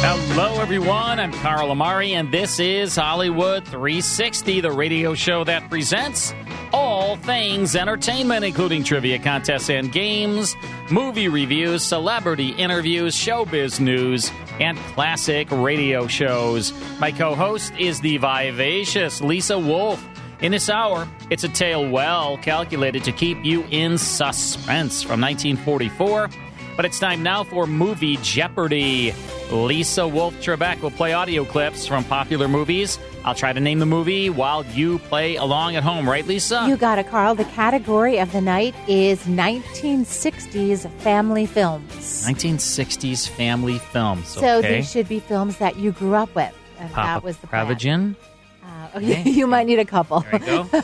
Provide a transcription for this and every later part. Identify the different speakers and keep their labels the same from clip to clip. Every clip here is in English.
Speaker 1: Hello, everyone. I'm Carl Amari, and this is Hollywood 360, the radio show that presents all things entertainment, including trivia contests and games, movie reviews, celebrity interviews, showbiz news, and classic radio shows. My co host is the vivacious Lisa Wolf. In this hour, it's a tale well calculated to keep you in suspense from 1944. But it's time now for Movie Jeopardy. Lisa Wolf Trebek will play audio clips from popular movies. I'll try to name the movie while you play along at home, right, Lisa?
Speaker 2: You got it, Carl. The category of the night is 1960s family films.
Speaker 1: 1960s family films.
Speaker 2: So
Speaker 1: okay.
Speaker 2: these should be films that you grew up with. And
Speaker 1: Papa
Speaker 2: that was the
Speaker 1: Prevagen.
Speaker 2: Uh, okay. you might need a couple.
Speaker 1: There you go.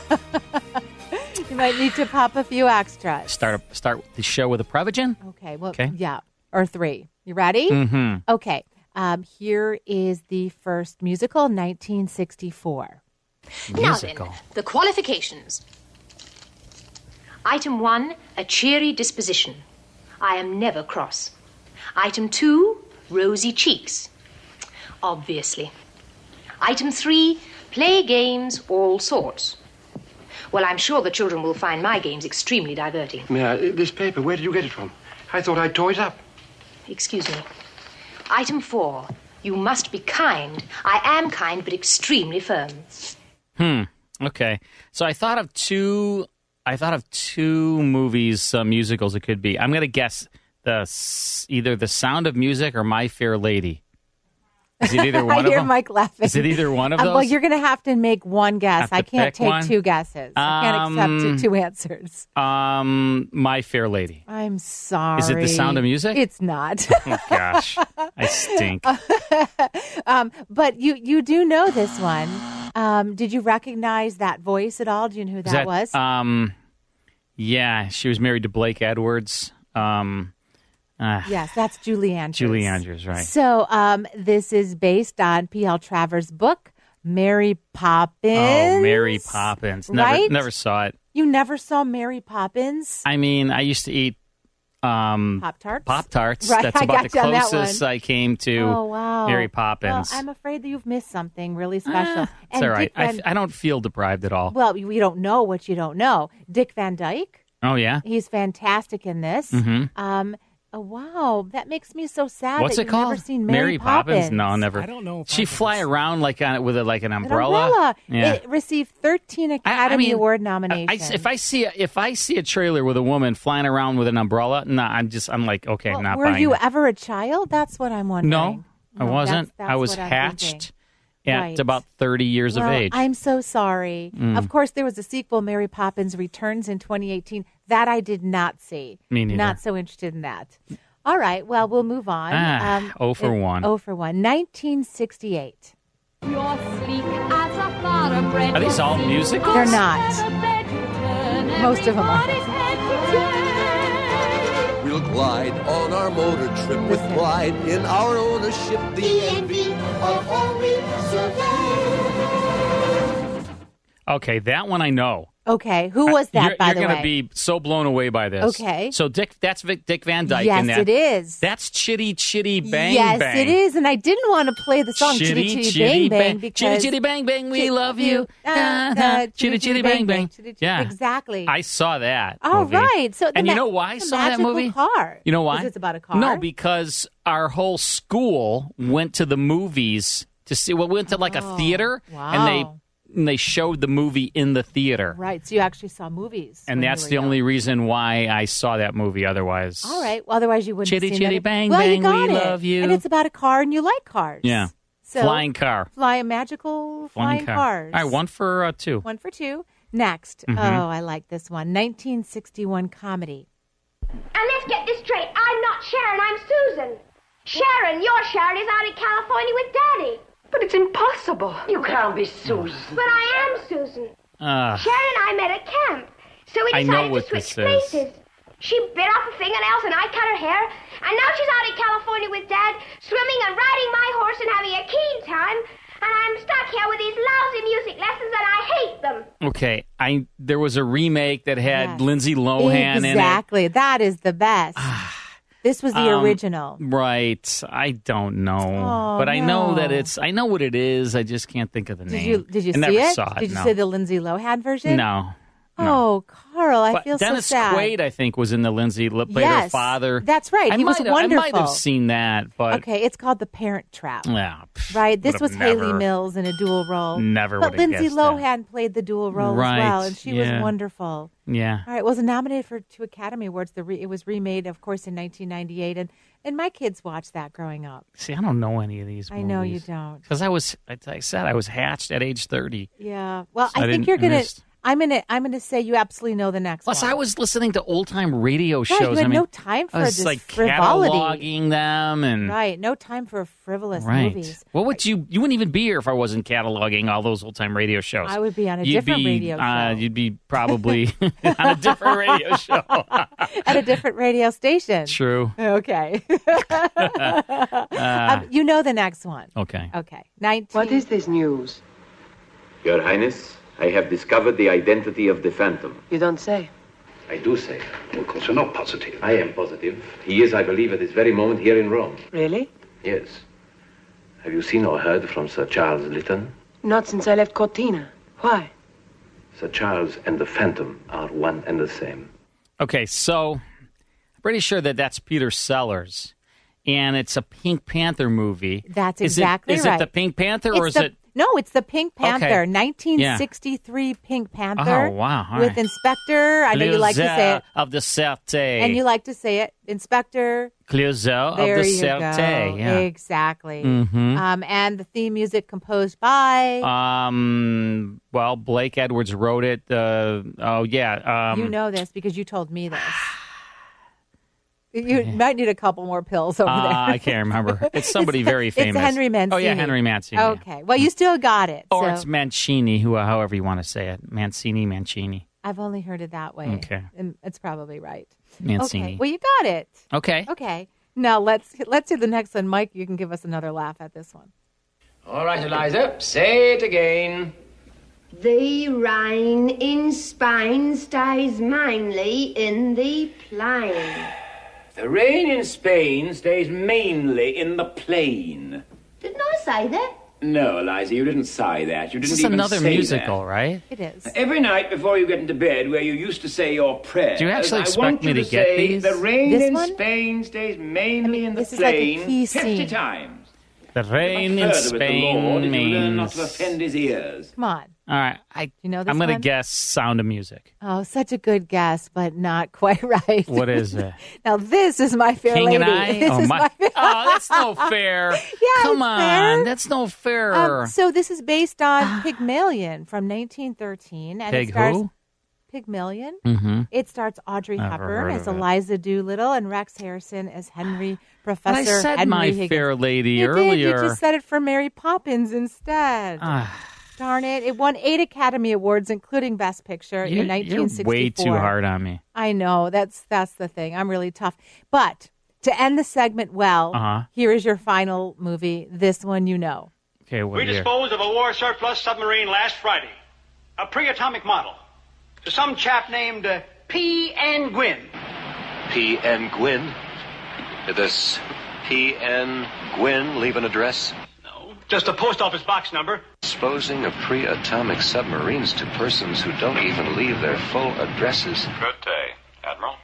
Speaker 2: you might need to pop a few extras.
Speaker 1: Start a, start the show with a Prevagen.
Speaker 2: Okay. Well, okay. yeah, or three. You ready?
Speaker 1: Mm-hmm.
Speaker 2: Okay. Um, here is the first musical, 1964.
Speaker 1: Musical.
Speaker 3: Now then, the qualifications. Item one, a cheery disposition. I am never cross. Item two, rosy cheeks. Obviously. Item three, play games all sorts. Well, I'm sure the children will find my games extremely diverting.
Speaker 4: Mira, this paper, where did you get it from? I thought I'd tore it up.
Speaker 3: Excuse me. Item four. You must be kind. I am kind, but extremely firm.
Speaker 1: Hmm. Okay. So I thought of two. I thought of two movies, uh, musicals. It could be. I'm going to guess the either The Sound of Music or My Fair Lady. Is it either one
Speaker 2: I
Speaker 1: of
Speaker 2: hear
Speaker 1: them?
Speaker 2: Mike laughing.
Speaker 1: Is it either one of
Speaker 2: Um,
Speaker 1: those?
Speaker 2: well, you're going to have to make one guess.
Speaker 1: Have
Speaker 2: I
Speaker 1: to
Speaker 2: can't
Speaker 1: pick
Speaker 2: take
Speaker 1: one?
Speaker 2: two guesses. I can't
Speaker 1: Um,
Speaker 2: accept two, two answers.
Speaker 1: um, My Fair Lady.
Speaker 2: I'm sorry.
Speaker 1: Sound of Music?
Speaker 2: It's not.
Speaker 1: Oh gosh, I
Speaker 2: Oh,
Speaker 1: stink.
Speaker 2: um, but you you do know this one. Um, did you recognize that voice at all? Do you know who that, was?
Speaker 1: Um, yeah, she was married to Blake Edwards. Um, uh,
Speaker 2: yes, that's Julie Andrews.
Speaker 1: Julie Andrews, right?
Speaker 2: So um, this is based on P.L. Travers' book, Mary Poppins.
Speaker 1: Oh, Mary Poppins. Never,
Speaker 2: Right?
Speaker 1: never saw it.
Speaker 2: You never saw Mary Poppins?
Speaker 1: I mean, I used to eat um,
Speaker 2: Pop Tarts?
Speaker 1: Pop tarts.
Speaker 2: Right,
Speaker 1: That's
Speaker 2: I
Speaker 1: about
Speaker 2: got
Speaker 1: the
Speaker 2: you on that
Speaker 1: closest
Speaker 2: one.
Speaker 1: I came to
Speaker 2: oh, wow.
Speaker 1: Mary
Speaker 2: Well,
Speaker 1: Poppins. Ah,
Speaker 2: I'm afraid that you've missed something really special.
Speaker 1: it's all right.
Speaker 2: Dick
Speaker 1: I
Speaker 2: Van-
Speaker 1: f- I don't feel deprived at all.
Speaker 2: well, you you don't know what you don't know. Dick Van Dyke,
Speaker 1: oh yeah.
Speaker 2: he's fantastic in this.
Speaker 1: Mm-hmm.
Speaker 2: Um, oh, wow, that makes me so sad.
Speaker 1: What's
Speaker 2: that
Speaker 1: it
Speaker 2: you've
Speaker 1: called?
Speaker 2: Never seen Mary, Poppins?
Speaker 1: No, never.
Speaker 5: I don't know. If
Speaker 1: She
Speaker 5: I-
Speaker 1: fly around like on it with a, like an
Speaker 2: An
Speaker 1: umbrella.
Speaker 2: umbrella.
Speaker 1: Yeah.
Speaker 2: It received 13
Speaker 1: I- I
Speaker 2: Academy
Speaker 1: mean,
Speaker 2: Award
Speaker 1: I-
Speaker 2: nominations.
Speaker 1: I, if I see a, if I see a trailer with a woman flying around with an umbrella, no, I'm just I'm like okay,
Speaker 2: Well,
Speaker 1: not
Speaker 2: were
Speaker 1: buying.
Speaker 2: you
Speaker 1: it.
Speaker 2: ever a child? That's what I'm wondering.
Speaker 1: No, I
Speaker 2: No,
Speaker 1: wasn't.
Speaker 2: that's-
Speaker 1: I
Speaker 2: that's
Speaker 1: was
Speaker 2: what I'm
Speaker 1: hatched
Speaker 2: thinking.
Speaker 1: at
Speaker 2: Right.
Speaker 1: about 30 years
Speaker 2: Well,
Speaker 1: of age.
Speaker 2: I'm so sorry.
Speaker 1: Mm.
Speaker 2: Of course, there was a sequel, Mary Poppins Returns, in 2018. That I did not see.
Speaker 1: Me neither.
Speaker 2: Not so interested in that. All right. Well, we'll move on.
Speaker 1: Ah, oh for
Speaker 2: it-
Speaker 1: one.
Speaker 2: Oh for one. 1968.
Speaker 6: You're sleek as a thoroughbred.
Speaker 1: Are these all musicals?
Speaker 2: They're not. Most of them are.
Speaker 7: We'll glide on our motor trip with pride in our ownership, the envy of all we survey.
Speaker 1: Okay, that one I know.
Speaker 2: Okay. Who was that,
Speaker 1: you're
Speaker 2: by
Speaker 1: you're
Speaker 2: the
Speaker 1: gonna
Speaker 2: way?
Speaker 1: be so blown away by this.
Speaker 2: Okay.
Speaker 1: So Dick, that's Vic, Dick Van Dyke
Speaker 2: yes,
Speaker 1: in that.
Speaker 2: it is.
Speaker 1: That's Chitty Chitty Bang
Speaker 2: yes,
Speaker 1: Bang.
Speaker 2: it is. And I didn't want to play the song Chitty Chitty, Bang Bang because
Speaker 1: Chitty Chitty Bang Bang, we
Speaker 2: Chit-
Speaker 1: love you.
Speaker 2: Ah,
Speaker 1: Ah,
Speaker 2: ah,
Speaker 1: ah, Chitty Chitty Bang Bang.
Speaker 2: Chitty Chitty-
Speaker 1: Yeah,
Speaker 2: Exactly.
Speaker 1: I saw that.
Speaker 2: All
Speaker 1: movie.
Speaker 2: right. So the
Speaker 1: and you
Speaker 2: ma-
Speaker 1: know why I
Speaker 2: the
Speaker 1: saw that
Speaker 2: magical
Speaker 1: movie?
Speaker 2: Car.
Speaker 1: You know why?
Speaker 2: 'Cause It's about a car.
Speaker 1: No, because our whole school went to the movies to see. Well, we went to like a theater, and they
Speaker 2: Oh, wow.
Speaker 1: and they showed the movie in the theater.
Speaker 2: Right. So you actually saw movies.
Speaker 1: And
Speaker 2: when you
Speaker 1: that's
Speaker 2: were
Speaker 1: the only
Speaker 2: young.
Speaker 1: reason why I saw that movie. Otherwise,
Speaker 2: All right. Well, otherwise you wouldn't.
Speaker 1: Chitty,
Speaker 2: have seen
Speaker 1: chitty,
Speaker 2: it.
Speaker 1: bang,
Speaker 2: well, you
Speaker 1: bang,
Speaker 2: got
Speaker 1: we
Speaker 2: it.
Speaker 1: love you.
Speaker 2: And it's about a car, and you like cars.
Speaker 1: yeah,
Speaker 2: So-
Speaker 1: flying car,
Speaker 2: Fly a magical flying, cars.
Speaker 1: All right, one for uh, two.
Speaker 2: One for two. Next.
Speaker 1: Mhm.
Speaker 2: Oh, I like this one. 1961 comedy.
Speaker 8: And let's get this straight. I'm not Sharon, I'm Susan. Sharon, your Sharon is out in California with Daddy. But it's impossible. You can't be Susan. But I am Susan.
Speaker 1: Ah.
Speaker 8: Sharon I met at camp. So we
Speaker 1: I
Speaker 8: decided
Speaker 1: know
Speaker 8: to
Speaker 1: what
Speaker 8: switch
Speaker 1: this is.
Speaker 8: places. She bit off her fingernails and I cut her hair. And now she's out in California with Dad, swimming and riding my horse and having a keen time. And I'm stuck here with these lousy music lessons and I hate them.
Speaker 1: Okay, I there was a remake that had Lindsay Lohan
Speaker 2: exactly. That is the best.
Speaker 1: Ah.
Speaker 2: this was
Speaker 1: in it.
Speaker 2: the
Speaker 1: Um,
Speaker 2: original.
Speaker 1: right? I don't know,
Speaker 2: Oh,
Speaker 1: but I know
Speaker 2: no.
Speaker 1: that it's. I know what it is. I just can't think of the
Speaker 2: Did
Speaker 1: name.
Speaker 2: you did you
Speaker 1: I
Speaker 2: see
Speaker 1: never
Speaker 2: it?
Speaker 1: Saw it?
Speaker 2: Did you
Speaker 1: no.
Speaker 2: see the Lindsay Lohan version?
Speaker 1: No.
Speaker 2: Oh, Carl, I
Speaker 1: But
Speaker 2: feel
Speaker 1: Dennis
Speaker 2: so sad.
Speaker 1: Quaid, I think, was in the Lindsay L- played her
Speaker 2: Yes,
Speaker 1: father.
Speaker 2: that's right.
Speaker 1: I
Speaker 2: He was
Speaker 1: might have- I might
Speaker 2: wonderful.
Speaker 1: have seen that, but
Speaker 2: okay, it's called The Parent Trap.
Speaker 1: yeah,
Speaker 2: Right, this
Speaker 1: would've
Speaker 2: was Haley
Speaker 1: never-
Speaker 2: Mills in a dual role.
Speaker 1: Never
Speaker 2: but
Speaker 1: would've
Speaker 2: Lindsay
Speaker 1: guessed
Speaker 2: Lohan played the dual role
Speaker 1: Right,
Speaker 2: as well, and she
Speaker 1: yeah.
Speaker 2: was wonderful.
Speaker 1: yeah.
Speaker 2: All right, well, it was nominated for two Academy Awards. The re- it was remade, of course, in 1998, and and my kids watched that growing up.
Speaker 1: See, I don't know any of these.
Speaker 2: I know you don't.
Speaker 1: because I was, as I said, I was hatched at age thirty.
Speaker 2: Yeah, well,
Speaker 1: I
Speaker 2: I, think
Speaker 1: didn't-
Speaker 2: you're
Speaker 1: I
Speaker 2: gonna.
Speaker 1: missed-
Speaker 2: I'm gonna. I'm gonna say you absolutely know the next.
Speaker 1: Plus,
Speaker 2: one.
Speaker 1: I was listening to old time radio
Speaker 2: Right,
Speaker 1: shows.
Speaker 2: you
Speaker 1: I
Speaker 2: had
Speaker 1: mean,
Speaker 2: no time for
Speaker 1: I was
Speaker 2: this
Speaker 1: like
Speaker 2: frivolity.
Speaker 1: cataloging them and
Speaker 2: Right, no time for frivolous
Speaker 1: Right.
Speaker 2: movies.
Speaker 1: What would you? You wouldn't even be here if I wasn't cataloging all those old time radio shows.
Speaker 2: I would be on a
Speaker 1: you'd
Speaker 2: Uh, different
Speaker 1: be,
Speaker 2: radio
Speaker 1: Uh, you'd be probably on a different radio show.
Speaker 2: at a different radio station.
Speaker 1: True.
Speaker 2: Okay.
Speaker 1: Ah.
Speaker 2: Um, you know the next one.
Speaker 1: Okay.
Speaker 2: Okay. 19. What is this news?
Speaker 9: Your Highness, I have discovered the identity of the Phantom.
Speaker 5: You don't say.
Speaker 9: I do say. Of course, you're not positive. I am positive. He is, I believe, at this very moment here in Rome.
Speaker 5: Really?
Speaker 9: Yes. Have you seen or heard from Sir Charles Lytton?
Speaker 5: Not since I left Cortina. Why?
Speaker 9: Sir Charles and the Phantom are one and the same.
Speaker 1: Okay, so I'm pretty sure that that's Peter Sellers, and it's a Pink Panther movie.
Speaker 2: That's
Speaker 1: Is it-
Speaker 2: exactly
Speaker 1: is
Speaker 2: right.
Speaker 1: it the Pink Panther or is
Speaker 2: It's the-
Speaker 1: it?
Speaker 2: No, it's the Pink
Speaker 1: Okay.
Speaker 2: Panther, 1963 Pink Panther.
Speaker 1: Oh, wow. All
Speaker 2: with
Speaker 1: right.
Speaker 2: Inspector. I know you like to say
Speaker 1: Clouseau
Speaker 2: it.
Speaker 1: of the Sûreté.
Speaker 2: And you like to say it, Inspector.
Speaker 1: Clouseau
Speaker 2: there
Speaker 1: of the
Speaker 2: you
Speaker 1: Sûreté.
Speaker 2: go.
Speaker 1: Yeah.
Speaker 2: Exactly.
Speaker 1: Mhm.
Speaker 2: Um, and the theme music composed by.
Speaker 1: Um. Well, Blake Edwards wrote it. Uh, oh yeah. Um,
Speaker 2: you know this because you told me this. You might need a couple more pills over there.
Speaker 1: uh, I can't remember. It's somebody very
Speaker 2: it's
Speaker 1: famous.
Speaker 2: Henry
Speaker 1: Oh yeah,
Speaker 2: Mancini.
Speaker 1: Henry Mancini.
Speaker 2: Okay. Well, you still got it.
Speaker 1: Or
Speaker 2: so
Speaker 1: it's Mancini, who uh, however you want to say it, Mancini, Mancini.
Speaker 2: I've only heard it that way.
Speaker 1: Okay.
Speaker 2: And It's probably right.
Speaker 1: Mancini.
Speaker 2: Okay. Well, you got it.
Speaker 1: Okay.
Speaker 2: Okay. Now let's let's do the next one, Mike. You can give us another laugh at this one.
Speaker 10: All right, Eliza, say it again.
Speaker 8: The Rhine in Spain stays mainly in the plain.
Speaker 10: The rain in Spain stays mainly in the plain.
Speaker 8: Didn't I say that?
Speaker 10: No, Eliza, you didn't sigh that. You
Speaker 1: This
Speaker 10: didn't
Speaker 1: is
Speaker 10: even
Speaker 1: another
Speaker 10: say
Speaker 1: musical,
Speaker 10: that.
Speaker 1: right?
Speaker 2: It is.
Speaker 10: Every night before you get into bed, where you used to say your prayers,
Speaker 1: Do you actually
Speaker 10: I
Speaker 1: expect
Speaker 10: want you
Speaker 1: me
Speaker 10: to
Speaker 1: to get
Speaker 10: say,
Speaker 1: these?
Speaker 10: The rain
Speaker 1: This
Speaker 10: in
Speaker 1: one?
Speaker 10: Spain stays mainly in the
Speaker 2: this is like a
Speaker 10: plain
Speaker 2: key
Speaker 10: fifty
Speaker 2: scene.
Speaker 10: times.
Speaker 1: The rain in
Speaker 10: Further with the Lord, if
Speaker 1: Spain
Speaker 10: you learn not
Speaker 1: means.
Speaker 10: to offend his ears.
Speaker 2: Come on.
Speaker 1: All right, I
Speaker 2: you know this
Speaker 1: I'm going to
Speaker 2: one?
Speaker 1: guess Sound of Music.
Speaker 2: Oh, such a good guess, but not quite right.
Speaker 1: What is it?
Speaker 2: now this is my fair
Speaker 1: King
Speaker 2: lady.
Speaker 1: and I.
Speaker 2: This
Speaker 1: oh
Speaker 2: is
Speaker 1: my! oh, that's no fair.
Speaker 2: Yeah,
Speaker 1: come
Speaker 2: it's
Speaker 1: on,
Speaker 2: fair.
Speaker 1: that's no fair.
Speaker 2: Um, so this is based on Pygmalion from 1913, and
Speaker 1: Pig
Speaker 2: it stars
Speaker 1: who?
Speaker 2: Pygmalion.
Speaker 1: Mhm.
Speaker 2: It starts Audrey
Speaker 1: Never
Speaker 2: Hepburn
Speaker 1: heard
Speaker 2: as
Speaker 1: of it.
Speaker 2: Eliza Doolittle and Rex Harrison as Henry
Speaker 1: But I
Speaker 2: Professor
Speaker 1: said
Speaker 2: Henry
Speaker 1: my
Speaker 2: Higgins.
Speaker 1: fair lady
Speaker 2: you did. You
Speaker 1: earlier.
Speaker 2: just said it for Mary Poppins instead.
Speaker 1: Ah,
Speaker 2: Darn it! It won eight Academy Awards, including Best Picture
Speaker 1: you-
Speaker 2: in
Speaker 1: you're
Speaker 2: 1964.
Speaker 1: way too hard on me.
Speaker 2: I know that's that's the thing. I'm really tough. But to end the segment well,
Speaker 1: Uh-huh.
Speaker 2: here is your final movie. This one you know.
Speaker 1: Okay, what
Speaker 11: We
Speaker 1: year?
Speaker 11: disposed of a war surplus submarine last Friday, a pre-atomic model, to some chap named uh, P. N. Gwynn.
Speaker 12: P.N. Gwynn? Did this P.N. Gwynn leave an address?
Speaker 11: Just a post office box number.
Speaker 12: Exposing of pre atomic submarines to persons who don't even leave their full addresses.
Speaker 13: Good day, Admiral.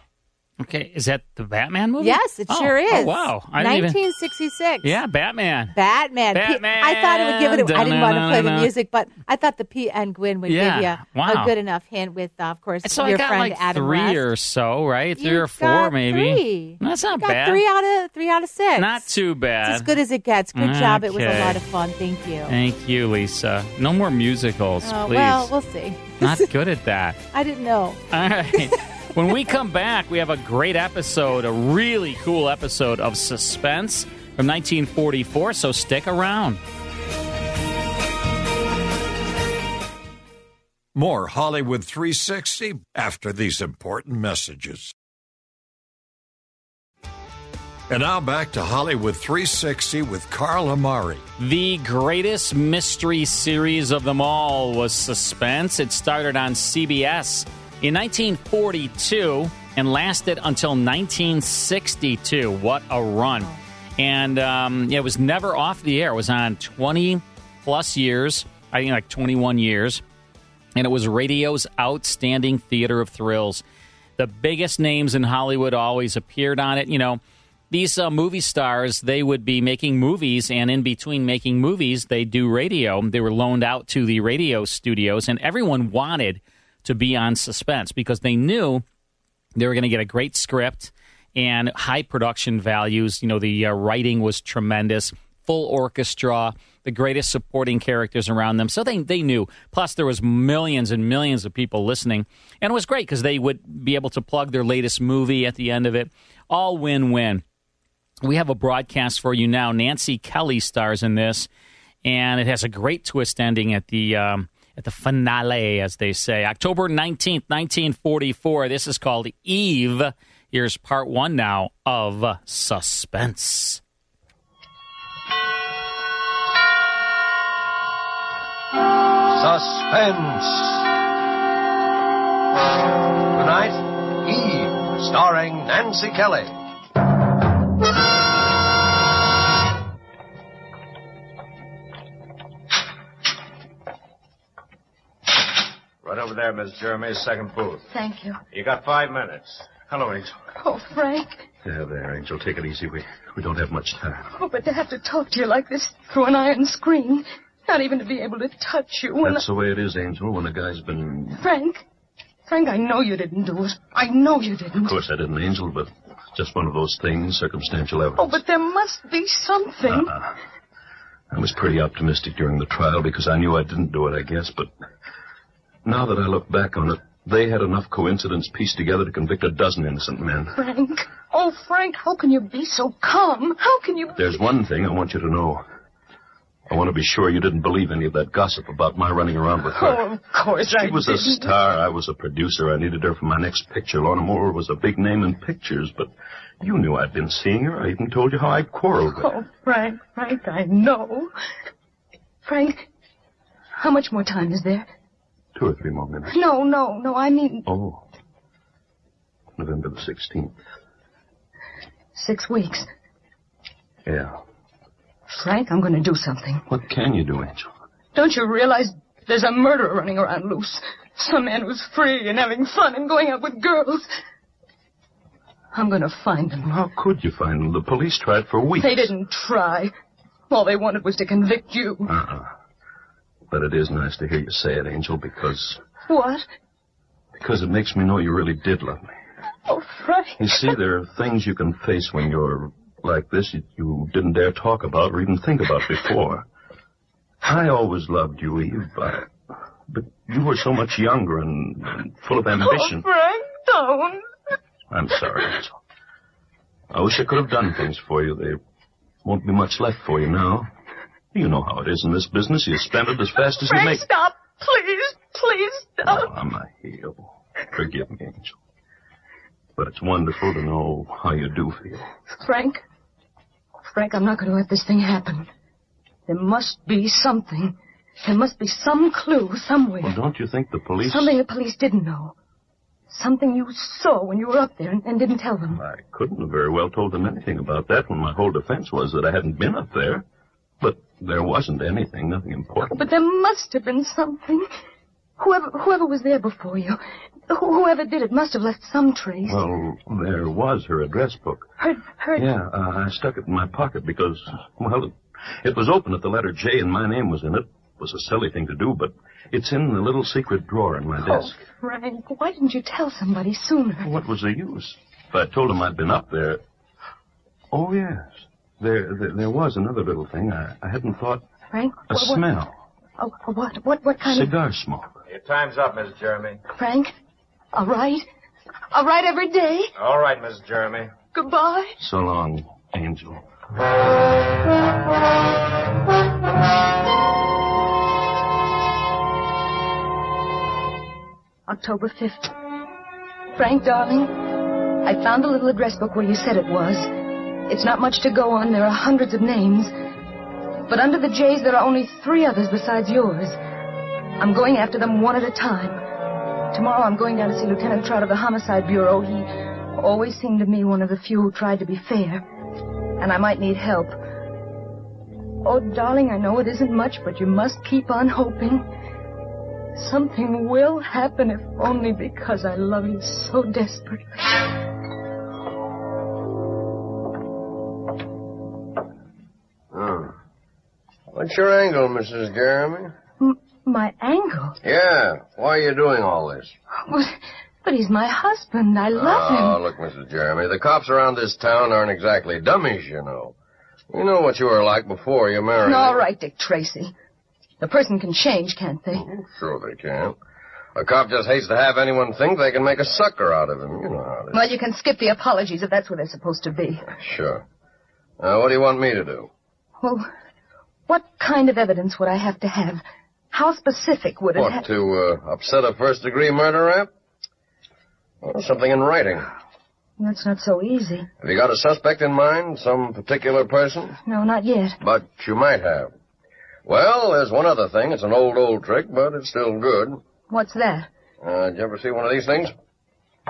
Speaker 1: Okay, is that the Batman movie?
Speaker 2: Yes, it
Speaker 1: Oh,
Speaker 2: sure is.
Speaker 1: Oh, wow. I didn't even-
Speaker 2: 1966.
Speaker 1: Yeah, Batman.
Speaker 2: Batman. P-
Speaker 1: Batman.
Speaker 2: I thought it would give it. I didn't want to play the
Speaker 1: Dun-dun-dun-dun.
Speaker 2: music, but I thought the P and Gwyn would
Speaker 1: Yeah,
Speaker 2: give you
Speaker 1: wow.
Speaker 2: a good enough hint with, uh, of course,
Speaker 1: And so
Speaker 2: your
Speaker 1: I got
Speaker 2: friend
Speaker 1: like
Speaker 2: Adam
Speaker 1: three
Speaker 2: West.
Speaker 1: or so, right? Three
Speaker 2: You
Speaker 1: or four,
Speaker 2: got
Speaker 1: maybe.
Speaker 2: Three.
Speaker 1: That's not
Speaker 2: you got
Speaker 1: bad.
Speaker 2: Three out of three out of six.
Speaker 1: Not too bad.
Speaker 2: It's as good as it gets. Good job. It was a
Speaker 1: Okay.
Speaker 2: lot of fun. Thank you.
Speaker 1: Thank you, Lisa. No more musicals,
Speaker 2: Uh,
Speaker 1: please.
Speaker 2: well, we'll see.
Speaker 1: Not good at that.
Speaker 2: I didn't know.
Speaker 1: All right. when we come back, we have a great episode, a really cool episode of Suspense from 1944, so stick around.
Speaker 14: More Hollywood 360 after these important messages. And now back to Hollywood 360 with Carl Amari.
Speaker 1: The greatest mystery series of them all was Suspense. It started on CBS in 1942 and lasted until 1962. What a run! And um, yeah, it was never off the air. It was on 20 plus years, I think like 21 years and it was radio's outstanding theater of thrills. The biggest names in Hollywood always appeared on it. You know, these uh, movie stars, they would be making movies, and in between making movies, they do radio. They were loaned out to the radio studios, and everyone wanted to be on suspense because they knew they were going to get a great script and high production values. You know, the uh, writing was tremendous, full orchestra, the greatest supporting characters around them. So they they knew. Plus, there was millions and millions of people listening, and it was great because they would be able to plug their latest movie at the end of it. All win win. We have a broadcast for you now. Nancy Kelly stars in this, and it has a great twist ending at the um, at the finale, as they say. October nineteenth, nineteen forty four. This is called Eve. Here's part one now of suspense.
Speaker 12: Suspense. Tonight, Eve, E, starring Nancy Kelly.
Speaker 15: Right over there, Miss Jeremy, second booth.
Speaker 16: Thank you.
Speaker 15: You got five minutes. Hello, Angel.
Speaker 16: Oh, Frank.
Speaker 15: Yeah, there, Angel. Take it easy. We we don't have much time.
Speaker 16: Oh, but to have to talk to you like this through an iron screen, not even to be able to touch you. When
Speaker 15: That's the way it is, Angel. When a guy's been,
Speaker 16: Frank, Frank, I know you didn't do it. I know you didn't.
Speaker 15: of course, I didn't, Angel, but just one of those things, circumstantial evidence.
Speaker 16: Oh, but there must be something.
Speaker 15: Uh-uh. I was pretty optimistic during the trial because I knew I didn't do it, I guess, but now that I look back on it, they had enough coincidence pieced together to convict a dozen innocent men.
Speaker 16: Frank, oh Frank, how can you be so calm? How can you?
Speaker 15: There's one thing I want you to know. I want to be sure you didn't believe any of that gossip about my running around with her.
Speaker 16: Oh, of course I
Speaker 15: She was a
Speaker 16: didn't.
Speaker 15: star. I was a producer. I needed her for my next picture. Lorna Moore was a big name in pictures, but you knew I'd been seeing her. I even told you how I quarreled with her.
Speaker 16: Oh, Frank, Frank, I know. Frank, how much more time is there?
Speaker 15: Two or three more minutes.
Speaker 16: No, no, no. I mean,
Speaker 15: Oh. November the 16th.
Speaker 16: six weeks.
Speaker 15: Yeah.
Speaker 16: Frank, I'm going to do something.
Speaker 15: What can you do, Angel?
Speaker 16: Don't you realize there's a murderer running around loose? Some man who's free and having fun and going out with girls. I'm going to find him.
Speaker 15: How could you find them? The police tried for weeks.
Speaker 16: They didn't try. All they wanted was to convict you.
Speaker 15: Uh-uh. But it is nice to hear you say it, Angel, because
Speaker 16: What?
Speaker 15: because it makes me know you really did love me.
Speaker 16: Oh, Frank.
Speaker 15: You see, there are things you can face when you're like this that you didn't dare talk about or even think about before. I always loved you, Eve, but, but you were so much younger and, and full of
Speaker 16: Oh,
Speaker 15: ambition.
Speaker 16: Frank, don't.
Speaker 15: I'm sorry, Angel. I wish I could have done things for you. There won't be much left for you now. You know how it is in this business. You spend it as fast as you
Speaker 16: Frank,
Speaker 15: make. it.
Speaker 16: stop. Please, please stop.
Speaker 15: Oh, I'm a heel. Forgive me, Angel. But it's wonderful to know how you do feel.
Speaker 16: Frank. Frank, I'm not going to let this thing happen. There must be something. There must be some clue somewhere.
Speaker 15: Well, don't you think the police?
Speaker 16: Something the police didn't know. Something you saw when you were up there and, and didn't tell them.
Speaker 15: I couldn't have very well told them anything about that when my whole defense was that I hadn't been up there. But there wasn't anything, nothing important.
Speaker 16: But there must have been something. Whoever, whoever was there before you, Wh- Whoever did it must have left some trace.
Speaker 15: Well, there was her address book.
Speaker 16: Her, her.
Speaker 15: Yeah, uh, I stuck it in my pocket because, well, it, it was open at the letter J and my name was in it. It was a silly thing to do, but it's in the little secret drawer in my desk.
Speaker 16: Oh, Frank, why didn't you tell somebody sooner?
Speaker 15: What was the use? If I told him I'd been up there. Oh, yes. There, there, there was another little thing. I, I hadn't thought.
Speaker 16: Frank,
Speaker 15: A
Speaker 16: what, what-
Speaker 15: smell.
Speaker 16: Oh, what, what, what kind
Speaker 15: Cigar smoke.
Speaker 17: Your time's up, Miss Jeremy.
Speaker 16: of... Frank, all right. All right every day.
Speaker 17: All right, Miss Jeremy.
Speaker 16: Goodbye.
Speaker 15: So long, Angel.
Speaker 16: October 5th. Frank, darling, I found the little address book where you said it was. It's not much to go on. There are hundreds of names. But under the J's, there are only three others besides yours. I'm going after them one at a time. Tomorrow I'm going down to see Lieutenant Trout of the Homicide Bureau. He always seemed to me one of the few who tried to be fair. And I might need help. Oh, darling, I know it isn't much, but you must keep on hoping. Something will happen if only because I love you so desperately.
Speaker 17: Hmm. What's your angle, Mrs. Jeremy?
Speaker 16: My angle?
Speaker 17: Yeah. Why are you doing all this?
Speaker 16: But, but he's my husband. I love him.
Speaker 17: Oh, look, Mrs. Jeremy, the cops around this town aren't exactly dummies, you know. We know what you were like before you married.
Speaker 16: No, all right, Dick Tracy. The person can change, can't they?
Speaker 17: Sure they can. A cop just hates to have anyone think they can make a sucker out of him. You know how it
Speaker 16: Well, you can skip the apologies if that's where they're supposed to be.
Speaker 17: is. Sure. Now, what do you want me to do?
Speaker 16: Well, what kind of evidence would I have to have? How specific would it
Speaker 17: What,
Speaker 16: have?
Speaker 17: to uh, upset a first-degree murder rap? Well, something in writing. Have
Speaker 16: That's not so easy.
Speaker 17: you got a suspect in mind? Some particular person?
Speaker 16: No, not yet.
Speaker 17: But you might have. Well, there's one other thing. It's an old, old trick, but it's still good.
Speaker 16: What's that?
Speaker 17: Uh, did you ever see one of these things?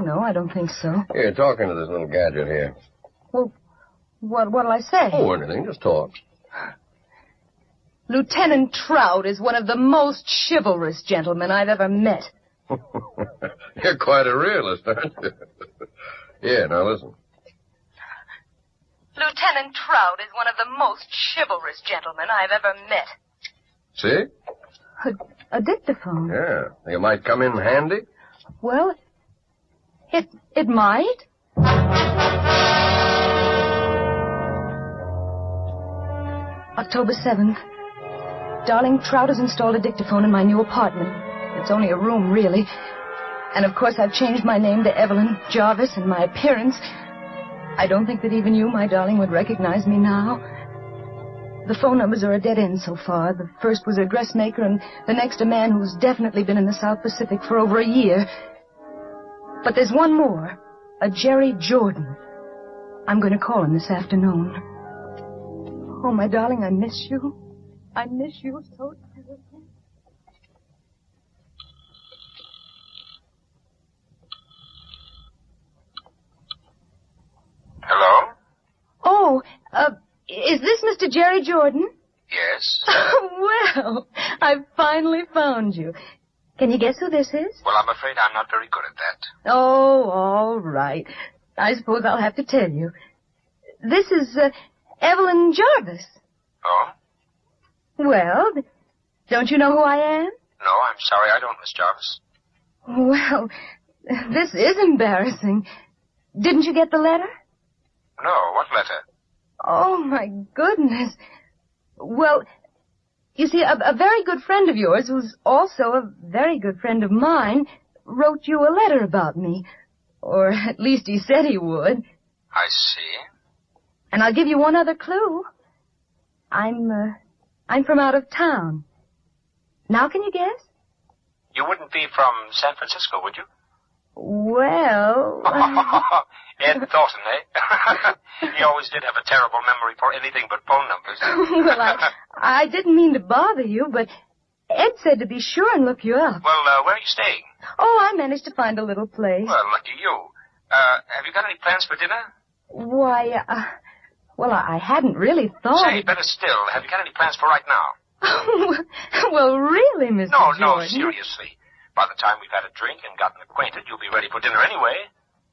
Speaker 16: No, I don't think so.
Speaker 17: Here, talking to this little gadget here.
Speaker 16: What What'll I say?
Speaker 17: Oh, anything, just talks.
Speaker 16: Lieutenant Trout is one of the most chivalrous gentlemen I've ever met.
Speaker 17: You're quite a realist, aren't you? yeah, now listen.
Speaker 16: Lieutenant Trout is one of the most chivalrous gentlemen I've ever met.
Speaker 17: See?
Speaker 16: A, a dictaphone?
Speaker 17: Yeah. Think it might come in handy?
Speaker 16: Well, it it might. October 7th. Darling, Trout has installed a dictaphone in my new apartment. It's only a room, really. And of course, I've changed my name to Evelyn Jarvis and my appearance. I don't think that even you, my darling, would recognize me now. The phone numbers are a dead end so far. The first was a dressmaker, and the next a man who's definitely been in the South Pacific for over a year. But there's one more a Jerry Jordan. I'm going to call him this afternoon. Oh, my darling, I miss you. I miss you so terribly.
Speaker 13: Hello?
Speaker 16: Oh, uh, is this Mr. Jerry Jordan?
Speaker 13: Yes.
Speaker 16: well, I finally found you. Can you guess who this is?
Speaker 13: Well, I'm afraid I'm not very good at that.
Speaker 16: Oh, all right. I suppose I'll have to tell you. This is uh, Evelyn Jarvis.
Speaker 13: Oh?
Speaker 16: Well, don't you know who I am?
Speaker 13: No, I'm sorry I don't, Miss Jarvis.
Speaker 16: Well, this is embarrassing. Didn't you get the letter?
Speaker 13: No, what letter?
Speaker 16: Oh, my goodness. Well, you see, a, a very good friend of yours, who's also a very good friend of mine, wrote you a letter about me. Or at least he said he would.
Speaker 13: I see.
Speaker 16: And I'll give you one other clue. I'm, uh, I'm from out of town. Now can you guess?
Speaker 13: You wouldn't be from San Francisco, would you?
Speaker 16: Well,
Speaker 13: Ed Thornton, eh? he always did have a terrible memory for anything but phone numbers.
Speaker 16: well, I, I didn't mean to bother you, but Ed said to be sure and look you up.
Speaker 13: Well, uh, where are you staying?
Speaker 16: Oh, I managed to find a little place.
Speaker 13: Well, lucky you. Uh, have you got any plans for dinner?
Speaker 16: Why, uh, well, I, I hadn't really
Speaker 13: Say,
Speaker 16: thought.
Speaker 13: better still, have you got any plans for right now?
Speaker 16: well, really, Mr.
Speaker 13: No, no,
Speaker 16: Jordan.
Speaker 13: seriously. By the time we've had a drink and gotten acquainted, you'll be ready for dinner anyway.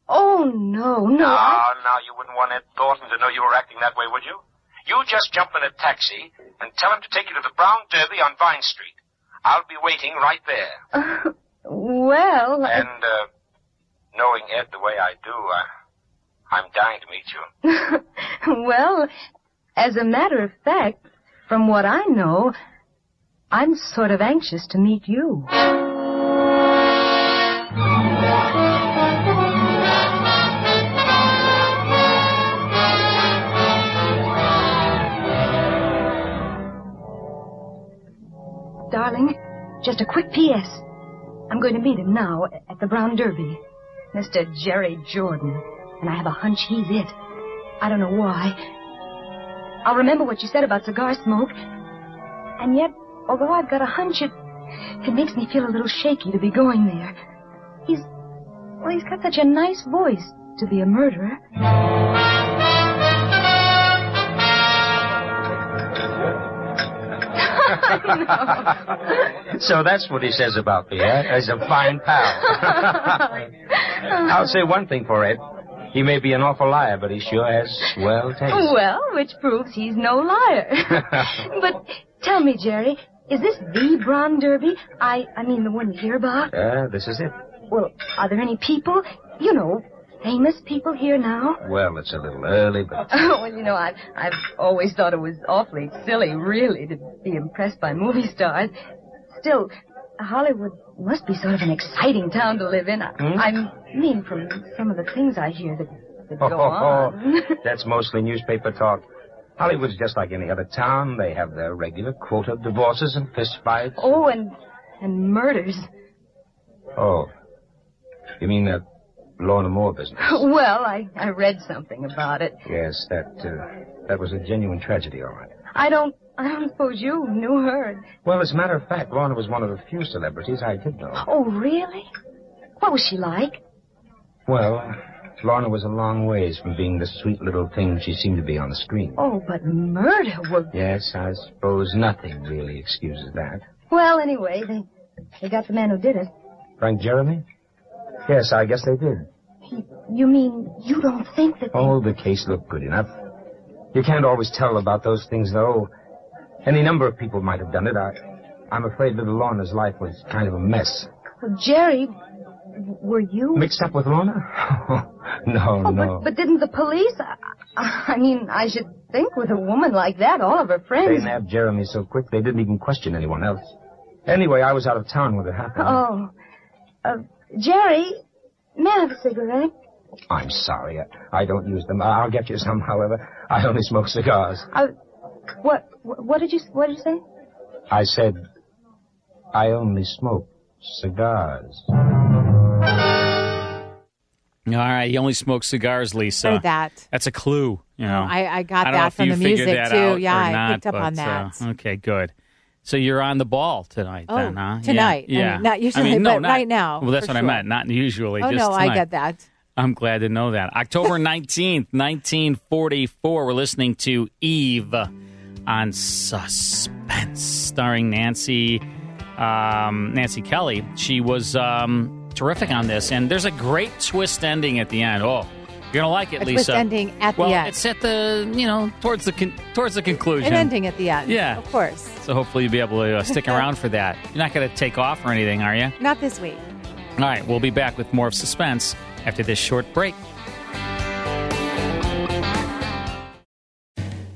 Speaker 16: Oh, no, no. I-
Speaker 13: Now, now, you wouldn't want Ed Thornton to know you were acting that way, would you? You just jump in a taxi and tell him to take you to the Brown Derby on Vine Street. I'll be waiting right there.
Speaker 16: well, I-
Speaker 13: And, uh, knowing Ed the way I do, I, I'm dying to meet you.
Speaker 16: well, as a matter of fact, from what I know, I'm sort of anxious to meet you. Darling, just a quick P.S. I'm going to meet him now at the Brown Derby. Mr. Jerry Jordan. And I have a hunch he's it. I don't know why. I'll remember what you said about cigar smoke. And yet, although I've got a hunch, it, it makes me feel a little shaky to be going there. He's, well, he's got such a nice voice to be a murderer.
Speaker 18: So that's what he says about me, eh? As a fine pal. I'll say one thing for Ed. He may be an awful liar, but he sure has swell taste.
Speaker 16: Well, which proves he's no liar. but tell me, Jerry, is this the Brown Derby? I, I mean the one you hear about?
Speaker 18: Ah, this is it.
Speaker 16: Well, are there any people, you know, famous people here now?
Speaker 18: Well, it's a little early, but
Speaker 16: Oh, well, you know, I've, I've always thought it was awfully silly, really, to be impressed by movie stars. Still, Hollywood must be sort of an exciting town to live in. I,
Speaker 18: Hmm?
Speaker 16: I mean, from some of the things I hear that, that go on.
Speaker 18: that's mostly newspaper talk. Hollywood's just like any other town. They have their regular quota of divorces and fistfights.
Speaker 16: Oh, and, and murders.
Speaker 18: Oh, you mean that Lorna Moore business?
Speaker 16: Well, I, I read something about it.
Speaker 18: Yes, that uh, that was a genuine tragedy, all right.
Speaker 16: I don't, I don't suppose you knew her.
Speaker 18: Well, as a matter of fact, Lorna was one of the few celebrities I did know.
Speaker 16: Oh, really? What was she like?
Speaker 18: Well, Lorna was a long ways from being the sweet little thing she seemed to be on the screen.
Speaker 16: Oh, but murder was
Speaker 18: Yes, I suppose nothing really excuses that.
Speaker 16: Well, anyway, they, they got the man who did it.
Speaker 18: Frank Jeremy? Yes, I guess they did.
Speaker 16: You mean you don't think that?
Speaker 18: Oh, the case looked good enough. You can't always tell about those things, though. Any number of people might have done it. I, I'm afraid little Lorna's life was kind of a mess.
Speaker 16: Well, Jerry, w- were you?
Speaker 18: Mixed up with Lorna? no,
Speaker 16: oh,
Speaker 18: no.
Speaker 16: but but didn't the police? I, I I mean, I should think with a woman like that, all of her
Speaker 18: They
Speaker 16: friends.
Speaker 18: nabbed Jeremy so quick they didn't even question anyone else. Anyway, I was out of town when it happened.
Speaker 16: Oh, uh, Jerry, may I have a cigarette?
Speaker 18: I'm sorry. I, I don't use them. I- I'll get you some, however. I only smoke cigars.
Speaker 16: I, Uh, what wh- what did you what did you say?
Speaker 18: I said, I only smoke cigars.
Speaker 1: All right, he only smokes cigars, Lisa.
Speaker 2: Heard that.
Speaker 1: That's a clue. You know,
Speaker 2: I- I got
Speaker 1: don't know
Speaker 2: that
Speaker 1: if
Speaker 2: from
Speaker 1: you
Speaker 2: the
Speaker 1: figured
Speaker 2: music,
Speaker 1: that
Speaker 2: too.
Speaker 1: out
Speaker 2: Yeah,
Speaker 1: or
Speaker 2: I
Speaker 1: not,
Speaker 2: picked up on
Speaker 1: but, uh,
Speaker 2: that.
Speaker 1: okay, good. So you're on the ball tonight,
Speaker 2: Oh,
Speaker 1: then, huh? Yeah,
Speaker 2: tonight. I mean,
Speaker 1: yeah.
Speaker 2: not usually,
Speaker 1: no,
Speaker 2: but
Speaker 1: not-
Speaker 2: right now,
Speaker 1: Well, that's
Speaker 2: for
Speaker 1: what I
Speaker 2: sure.
Speaker 1: meant. Not usually.
Speaker 2: oh
Speaker 1: just
Speaker 2: no, I
Speaker 1: tonight.
Speaker 2: get that.
Speaker 1: I'm glad to know that. October 19th, 1944, we're listening to Eve on Suspense, starring Nancy um, Nancy Kelly. She was um, terrific on this, and there's a great twist ending at the end. Oh, you're going to like it,
Speaker 2: A
Speaker 1: Lisa.
Speaker 2: twist ending at
Speaker 1: well,
Speaker 2: the end.
Speaker 1: it's at the, you know, towards the con- towards the conclusion.
Speaker 2: An ending at the end.
Speaker 1: Yeah.
Speaker 2: Of course.
Speaker 1: So hopefully you'll be able to uh, stick around for that. You're not going to take off or anything, are you?
Speaker 2: Not this week.
Speaker 1: All right, we'll be back with more of Suspense after this short break.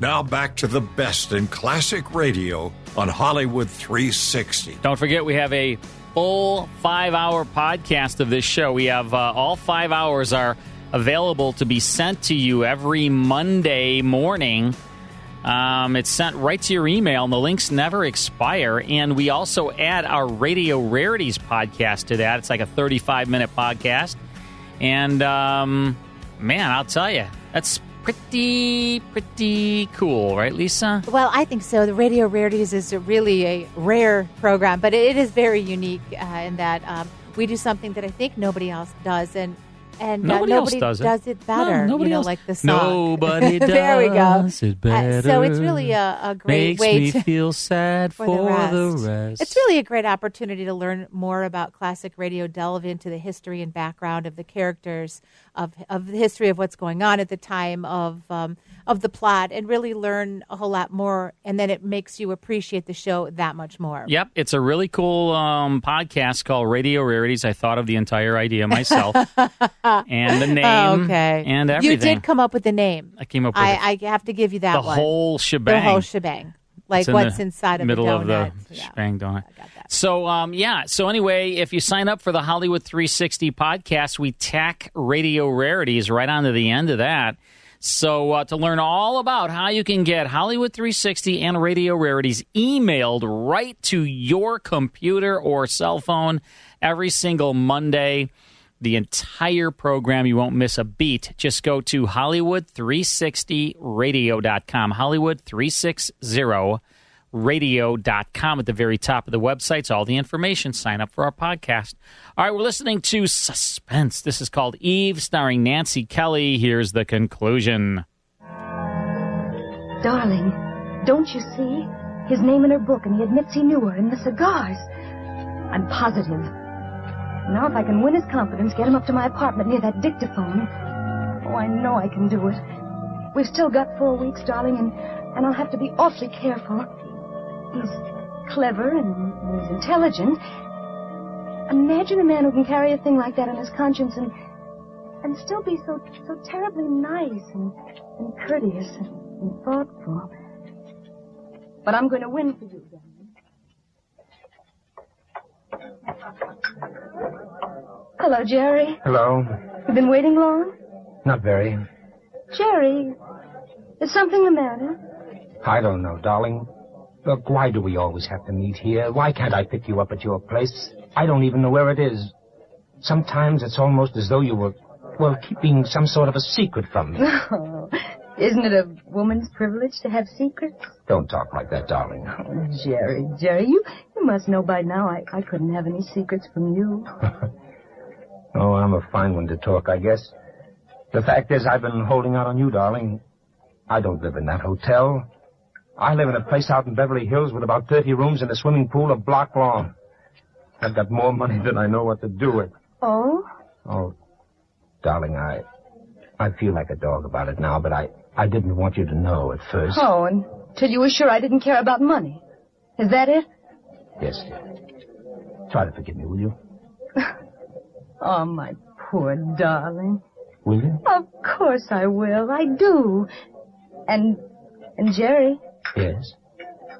Speaker 14: Now back to the best in classic radio on Hollywood 360.
Speaker 1: Don't forget, we have a full five hour podcast of this show. We have uh, all five hours are available to be sent to you every Monday morning. Um, it's sent right to your email, and the links never expire. And we also add our Radio Rarities podcast to that. It's like a 35 minute podcast. And um, man, I'll tell you, that's pretty, pretty cool, right, Lisa?
Speaker 2: Well, I think so. The Radio Rarities is a really a rare program, but it is very unique uh, in that um, we do something that I think nobody else does, and and uh,
Speaker 1: Nobody
Speaker 2: nobody,
Speaker 1: else does it.
Speaker 2: does it better.
Speaker 1: No, nobody
Speaker 2: you know,
Speaker 1: else.
Speaker 2: like the song.
Speaker 1: Nobody
Speaker 2: there we go.
Speaker 1: does it
Speaker 2: Uh, so it's
Speaker 1: better.
Speaker 2: really a, a great
Speaker 1: Makes
Speaker 2: way
Speaker 1: me
Speaker 2: to
Speaker 1: feel sad
Speaker 2: for,
Speaker 1: for
Speaker 2: the,
Speaker 1: the
Speaker 2: rest.
Speaker 1: rest.
Speaker 2: It's really a great opportunity to learn more about classic radio, delve into the history and background of the characters, of of the history of what's going on at the time of um, of the plot, and really learn a whole lot more. And then it makes you appreciate the show that much more.
Speaker 1: Yep, it's a really cool um, podcast called Radio Rarities. I thought of the entire idea myself and the name
Speaker 2: Oh, okay.
Speaker 1: and
Speaker 2: You
Speaker 1: everything.
Speaker 2: did come up with the name.
Speaker 1: I came up with it.
Speaker 2: I, I have to give you
Speaker 1: the
Speaker 2: that one.
Speaker 1: whole shebang.
Speaker 2: The whole shebang. Like
Speaker 1: It's in
Speaker 2: what's
Speaker 1: the
Speaker 2: inside of
Speaker 1: middle
Speaker 2: the
Speaker 1: of
Speaker 2: donut.
Speaker 1: the shebang donut. So um, yeah. So anyway, if you sign up for the Hollywood 360 podcast, we tack radio rarities right onto the end of that. So uh, to learn all about how you can get Hollywood 360 and radio rarities emailed right to your computer or cell phone every single Monday. The entire program, you won't miss a beat. Just go to Hollywood360radio.com. Hollywood360 radio.com at the very top of the website. It's all the information. Sign up for our podcast. All right, we're listening to Suspense. This is called Eve, starring Nancy Kelly. Here's the conclusion.
Speaker 16: Darling, don't you see? His name in her book, and he admits he knew her, and the cigars. I'm positive. Now, if I can win his confidence, get him up to my apartment near that dictaphone. Oh, I know I can do it. We've still got four weeks, darling, and, and I'll have to be awfully careful. He's clever and he's intelligent. Imagine a man who can carry a thing like that on his conscience and and still be so so terribly nice and, and courteous and, and thoughtful. But I'm going to win for you, darling. Hello, Jerry.
Speaker 18: Hello.
Speaker 16: You've been waiting long?
Speaker 18: Not very.
Speaker 16: Jerry, is something the matter?
Speaker 18: I don't know, darling. Look, why do we always have to meet here? Why can't I pick you up at your place? I don't even know where it is. Sometimes it's almost as though you were, well, keeping some sort of a secret from me.
Speaker 16: Oh, isn't it a woman's privilege to have secrets?
Speaker 18: Don't talk like that, darling.
Speaker 16: Oh, Jerry, Jerry, you, you must know by now I, I couldn't have any secrets from you.
Speaker 18: Oh, I'm a fine one to talk, I guess. The fact is, I've been holding out on you, darling. I don't live in that hotel. I live in a place out in Beverly Hills with about 30 rooms and a swimming pool a block long. I've got more money than I know what to do with.
Speaker 16: Oh?
Speaker 18: Oh, darling, I, I feel like a dog about it now, but I, I didn't want you to know at first.
Speaker 16: Oh, until you were sure I didn't care about money. Is that it?
Speaker 18: Yes, dear. Try to forgive me, will you?
Speaker 16: Oh, my poor darling.
Speaker 18: Will you?
Speaker 16: Of course I will. I do. And, and Jerry,
Speaker 18: Yes.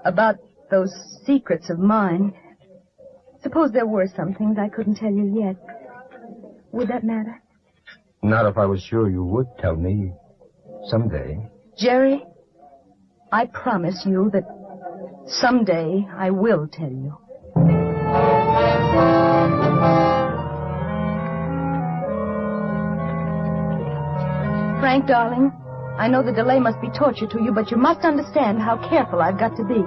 Speaker 16: about those secrets of mine. Suppose there were some things I couldn't tell you yet. Would that matter?
Speaker 18: Not if I was sure you would tell me someday.
Speaker 16: Jerry, I promise you that someday I will tell you. Frank, darling, I know the delay must be torture to you, but you must understand how careful I've got to be.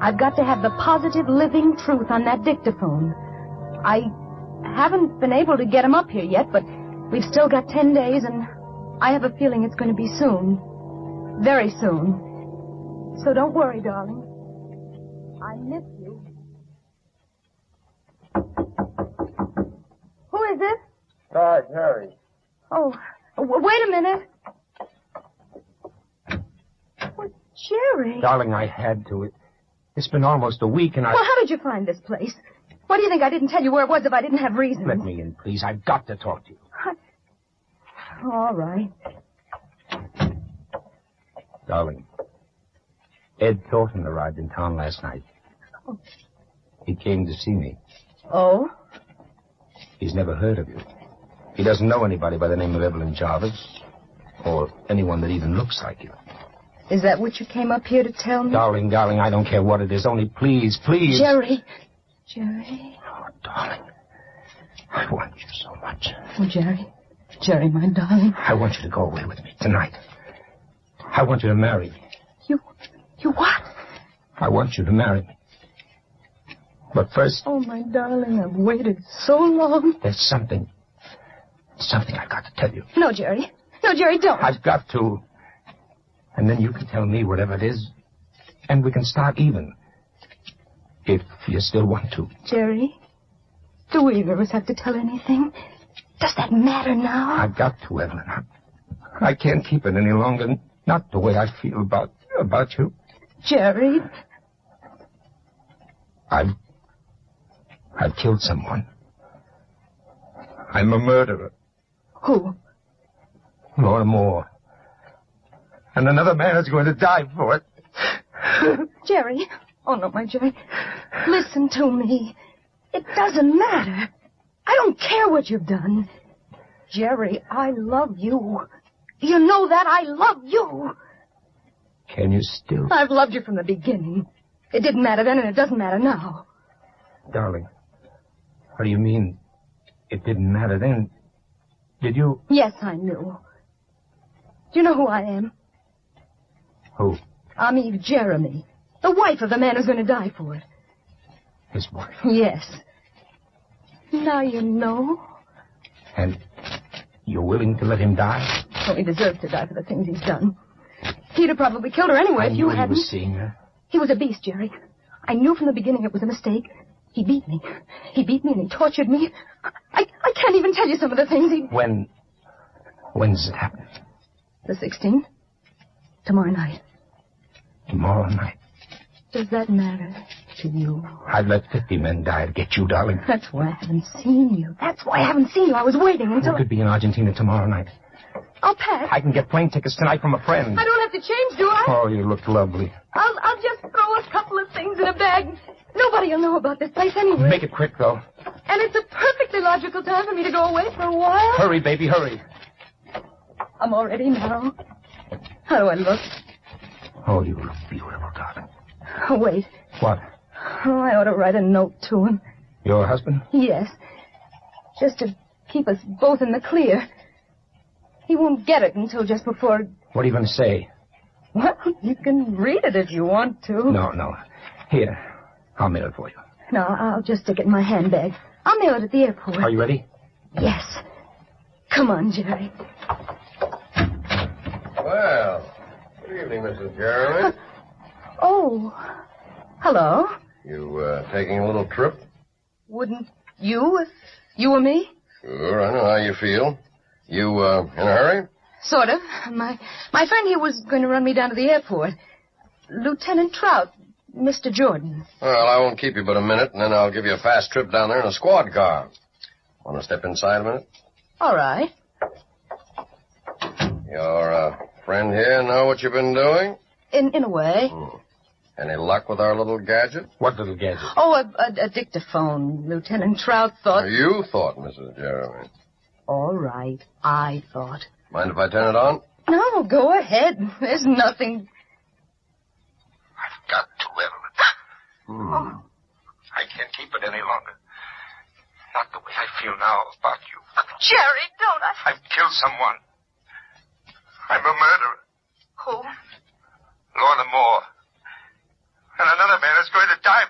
Speaker 16: I've got to have the positive, living truth on that dictaphone. I haven't been able to get him up here yet, but we've still got ten days, and I have a feeling it's going to be soon. Very soon. So don't worry, darling. I miss you. Who is this?
Speaker 19: Todd Harry.
Speaker 16: Oh, w- wait a minute. Well, Jerry.
Speaker 18: Darling, I had to. It, it's been almost a week and I.
Speaker 16: Well, how did you find this place? What do you think I didn't tell you where it was if I didn't have reason?
Speaker 18: Let me in, please. I've got to talk to you.
Speaker 16: All right.
Speaker 18: Darling, Ed Thornton arrived in town last night.
Speaker 16: Oh.
Speaker 18: He came to see me.
Speaker 16: Oh?
Speaker 18: He's never heard of you. He doesn't know anybody by the name of Evelyn Jarvis, or anyone that even looks like you.
Speaker 16: Is that what you came up here to tell me?
Speaker 18: Darling, darling, I don't care what it is. Only please, please.
Speaker 16: Jerry. Jerry.
Speaker 18: I want you so much.
Speaker 16: Oh, Jerry. Jerry, my darling.
Speaker 18: I want you to go away with me tonight. I want you to marry me.
Speaker 16: You what?
Speaker 18: I want you to marry me. But first,
Speaker 16: Oh, my darling, I've waited so long.
Speaker 18: there's something. Something I've got to tell you.
Speaker 16: No, Jerry. No, Jerry, don't.
Speaker 18: I've got to. And then you can tell me whatever it is, and we can start even. If you still want to.
Speaker 16: Jerry, do either of us have to tell anything? Does that matter now?
Speaker 18: I've got to, Evelyn. I, I can't keep it any longer. Not the way I feel about about you.
Speaker 16: Jerry,
Speaker 18: I've I've killed someone. I'm a murderer,
Speaker 16: who?
Speaker 18: Laura Moore. And another man is going to die for it.
Speaker 16: Jerry. Oh, no, my Jerry. Listen to me. It doesn't matter. I don't care what you've done. Jerry, I love you. You know that I love you.
Speaker 18: Can you still,
Speaker 16: I've loved you from the beginning. It didn't matter then, and it doesn't matter now.
Speaker 18: darling? What do you mean? It didn't matter then. Did you?
Speaker 16: Yes, I knew. Do you know who I am?
Speaker 18: Who?
Speaker 16: I'm Eve Jeremy, the wife of the man who's going to die for it.
Speaker 18: His wife.
Speaker 16: Yes. Now you know.
Speaker 18: And you're willing to let him die?
Speaker 16: Oh, he deserves to die for the things he's done. He'd have probably killed her anyway
Speaker 18: I
Speaker 16: if
Speaker 18: knew
Speaker 16: you
Speaker 18: he
Speaker 16: hadn't.
Speaker 18: was seeing her.
Speaker 16: He was a beast, Jerry. I knew from the beginning it was a mistake. He beat me. He beat me and he tortured me. I, I can't even tell you some of the things he...
Speaker 18: When? When does it happen?
Speaker 16: The 16th? Tomorrow night.
Speaker 18: Tomorrow night.
Speaker 16: Does that matter to you?
Speaker 18: I'd let 50 men die to get you, darling.
Speaker 16: That's why I haven't seen you. That's why I haven't seen you. I was waiting
Speaker 18: You
Speaker 16: until...
Speaker 18: could be in Argentina tomorrow night.
Speaker 16: I'll pack.
Speaker 18: I can get plane tickets tonight from a friend.
Speaker 16: I don't have to change, do I?
Speaker 18: Oh, you look lovely.
Speaker 16: I'll, I'll just throw a couple of things in a bag. Nobody will know about this place anyway.
Speaker 18: Make it quick, though.
Speaker 16: And it's a perfectly logical time for me to go away for a while.
Speaker 18: Hurry, baby, hurry.
Speaker 16: I'm already now. How do I look?
Speaker 18: Oh, you look beautiful, darling.
Speaker 16: Oh, wait.
Speaker 18: What?
Speaker 16: Oh, I ought to write a note to him.
Speaker 18: Your husband?
Speaker 16: Yes. Just to keep us both in the clear. He won't get it until just before.
Speaker 18: What are you going to say?
Speaker 16: Well, you can read it if you want to.
Speaker 18: No, no. Here, I'll mail it for you.
Speaker 16: No, I'll just stick it in my handbag. I'll mail it at the airport.
Speaker 18: Are you ready?
Speaker 16: Yes. Come on, Jerry.
Speaker 17: Well, good evening, Mrs. Jeremy.
Speaker 16: Oh. Hello.
Speaker 17: You, uh, taking a little trip?
Speaker 16: Wouldn't you if you were me?
Speaker 17: Sure, I know how you feel. You, uh, in a hurry?
Speaker 16: Sort of. My my friend here was going to run me down to the airport. Lieutenant Trout, Mr. Jordan.
Speaker 17: Well, I won't keep you but a minute, and then I'll give you a fast trip down there in a squad car. Want to step inside a minute?
Speaker 16: All right.
Speaker 17: Your, uh, friend here know what you've been doing?
Speaker 16: In in a way.
Speaker 17: Any luck with our little gadget?
Speaker 18: What little gadget?
Speaker 16: Oh, a, a, a dictaphone. Lieutenant Trout thought.
Speaker 17: You thought, Mrs. Jeremy.
Speaker 16: All right. I thought.
Speaker 17: Mind if I turn it on?
Speaker 16: No, go ahead. There's nothing.
Speaker 13: Got to, Evelyn.
Speaker 17: Hmm.
Speaker 13: I can't keep it any longer. Not the way I feel now about you.
Speaker 16: Jerry, don't I?
Speaker 13: I've killed someone. I'm a murderer.
Speaker 16: Who?
Speaker 13: Lorna Moore. And another man is going to die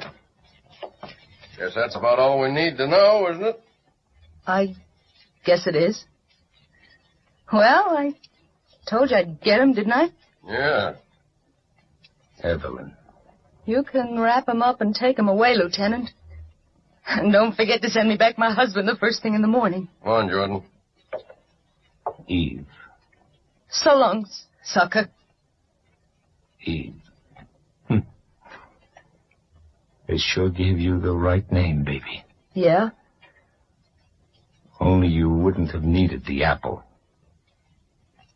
Speaker 13: for it.
Speaker 17: Well, guess that's about all we need to know, isn't it?
Speaker 16: I Guess it is. Well, I told you I'd get him, didn't I?
Speaker 17: Yeah.
Speaker 18: Evelyn.
Speaker 16: You can wrap him up and take him away, Lieutenant. And don't forget to send me back my husband the first thing in the morning.
Speaker 17: Come on, Jordan.
Speaker 15: Eve.
Speaker 16: So long, sucker.
Speaker 15: Eve. Hm. They sure gave you the right name, baby.
Speaker 16: Yeah?
Speaker 15: Only you wouldn't have needed the apple.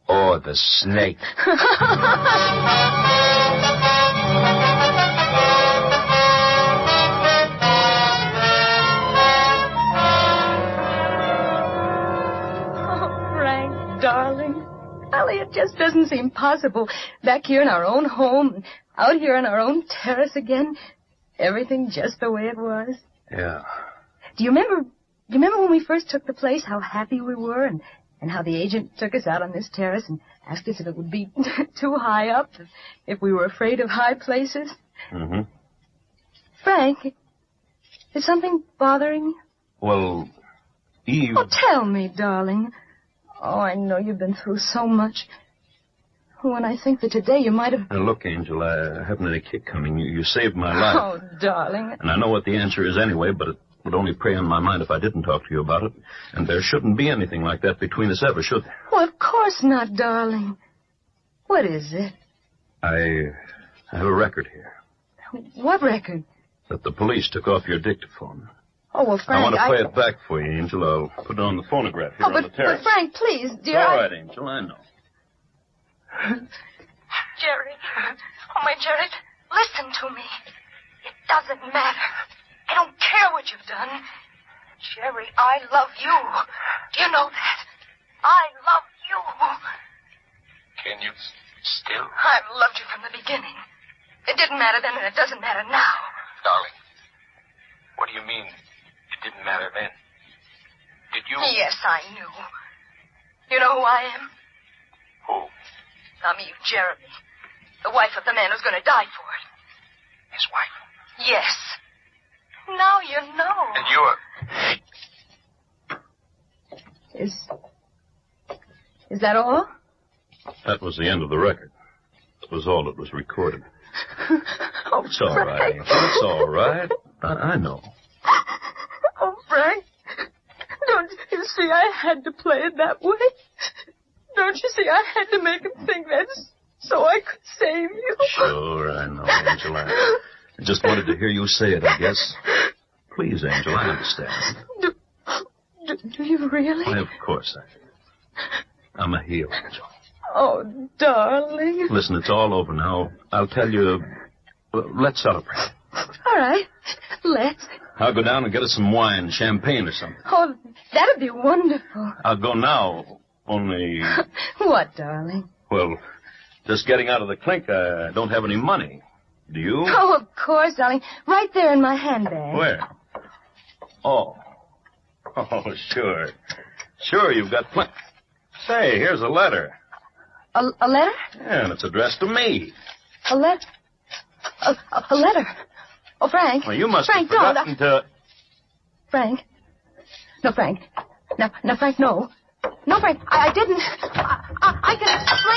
Speaker 15: Or the snake.
Speaker 16: Oh, Frank, darling. Ellie, it just doesn't seem possible. Back here in our own home, out here on our own terrace again. Everything just the way it was.
Speaker 17: Yeah.
Speaker 16: Do you remember? Do you remember when we first took the place? How happy we were, and and how the agent took us out on this terrace and asked us if it would be too high up, if, if we were afraid of high places.
Speaker 15: Mm-hmm.
Speaker 16: Frank, is something bothering you?
Speaker 15: Well, Eve.
Speaker 16: Oh, tell me, darling. Oh, I know you've been through so much. When I think that today you might have.
Speaker 15: Now, look, Angel, I haven't any kick coming. You, you saved my life.
Speaker 16: Oh, darling.
Speaker 15: And I know what the answer is anyway, but it would only prey on my mind if I didn't talk to you about it. And there shouldn't be anything like that between us ever, should there?
Speaker 16: Well, of course not, darling. What is it?
Speaker 15: I, I have a record here
Speaker 16: What record?
Speaker 15: that the police took off your dictaphone.
Speaker 16: Oh, well, Frank.
Speaker 15: I want to play it back for you, Angel. I'll put it on the phonograph
Speaker 16: Oh,
Speaker 15: here on
Speaker 16: but,
Speaker 15: the
Speaker 16: but
Speaker 15: terrace.
Speaker 16: Frank, please, dear.
Speaker 15: All
Speaker 16: I-
Speaker 15: right, Angel, I know.
Speaker 16: Jerry. Oh, my Jerry, listen to me. It doesn't matter. I don't care what you've done. Jerry, I love you. Do you know that? I love you.
Speaker 13: Can you still?
Speaker 16: I've loved you from the beginning. It didn't matter then, and it doesn't matter now.
Speaker 13: Darling, what do you mean it didn't matter then? Did you?
Speaker 16: Yes, I knew. You know who I am?
Speaker 13: Who?
Speaker 16: I'm Eve Jeremy, the wife of the man who's going to die for it.
Speaker 13: His wife.
Speaker 16: Yes. Now you know.
Speaker 13: And you are.
Speaker 16: Is. Is that all?
Speaker 15: That was the end of the record. That was all that was recorded.
Speaker 16: Oh,
Speaker 15: It's all right, Angel. It's all right. I, I know.
Speaker 16: Oh, Frank, don't you see I had to play it that way? Don't you see I had to make him think that so I could save you?
Speaker 15: Sure, I know, Angel. I I just wanted to hear you say it, I guess. Please, Angel, I understand.
Speaker 16: Do, do you really?
Speaker 15: Why, of course I do. I'm a heel, Angel.
Speaker 16: Oh, darling.
Speaker 15: Listen, it's all over now. I'll tell you. Well, let's celebrate.
Speaker 16: All right, let's.
Speaker 15: I'll go down and get us some wine, champagne or something.
Speaker 16: Oh, that'd be wonderful.
Speaker 15: I'll go now, only,
Speaker 16: What, darling?
Speaker 15: well, just getting out of the clink, I don't have any money. Do you?
Speaker 16: Oh, of course, darling. Right there in my handbag.
Speaker 15: Where? Oh. Oh, sure. Sure, you've got plenty. Say, here's a letter.
Speaker 16: A, a letter?
Speaker 15: Yeah, and it's addressed to me.
Speaker 16: A letter? A, a- a letter? Oh, Frank.
Speaker 15: Well, you must
Speaker 16: Frank,
Speaker 15: have
Speaker 16: don't.
Speaker 15: forgotten to...
Speaker 16: Frank. No, Frank. No, no, Frank, no. No, Frank, I, I didn't. I, I, I can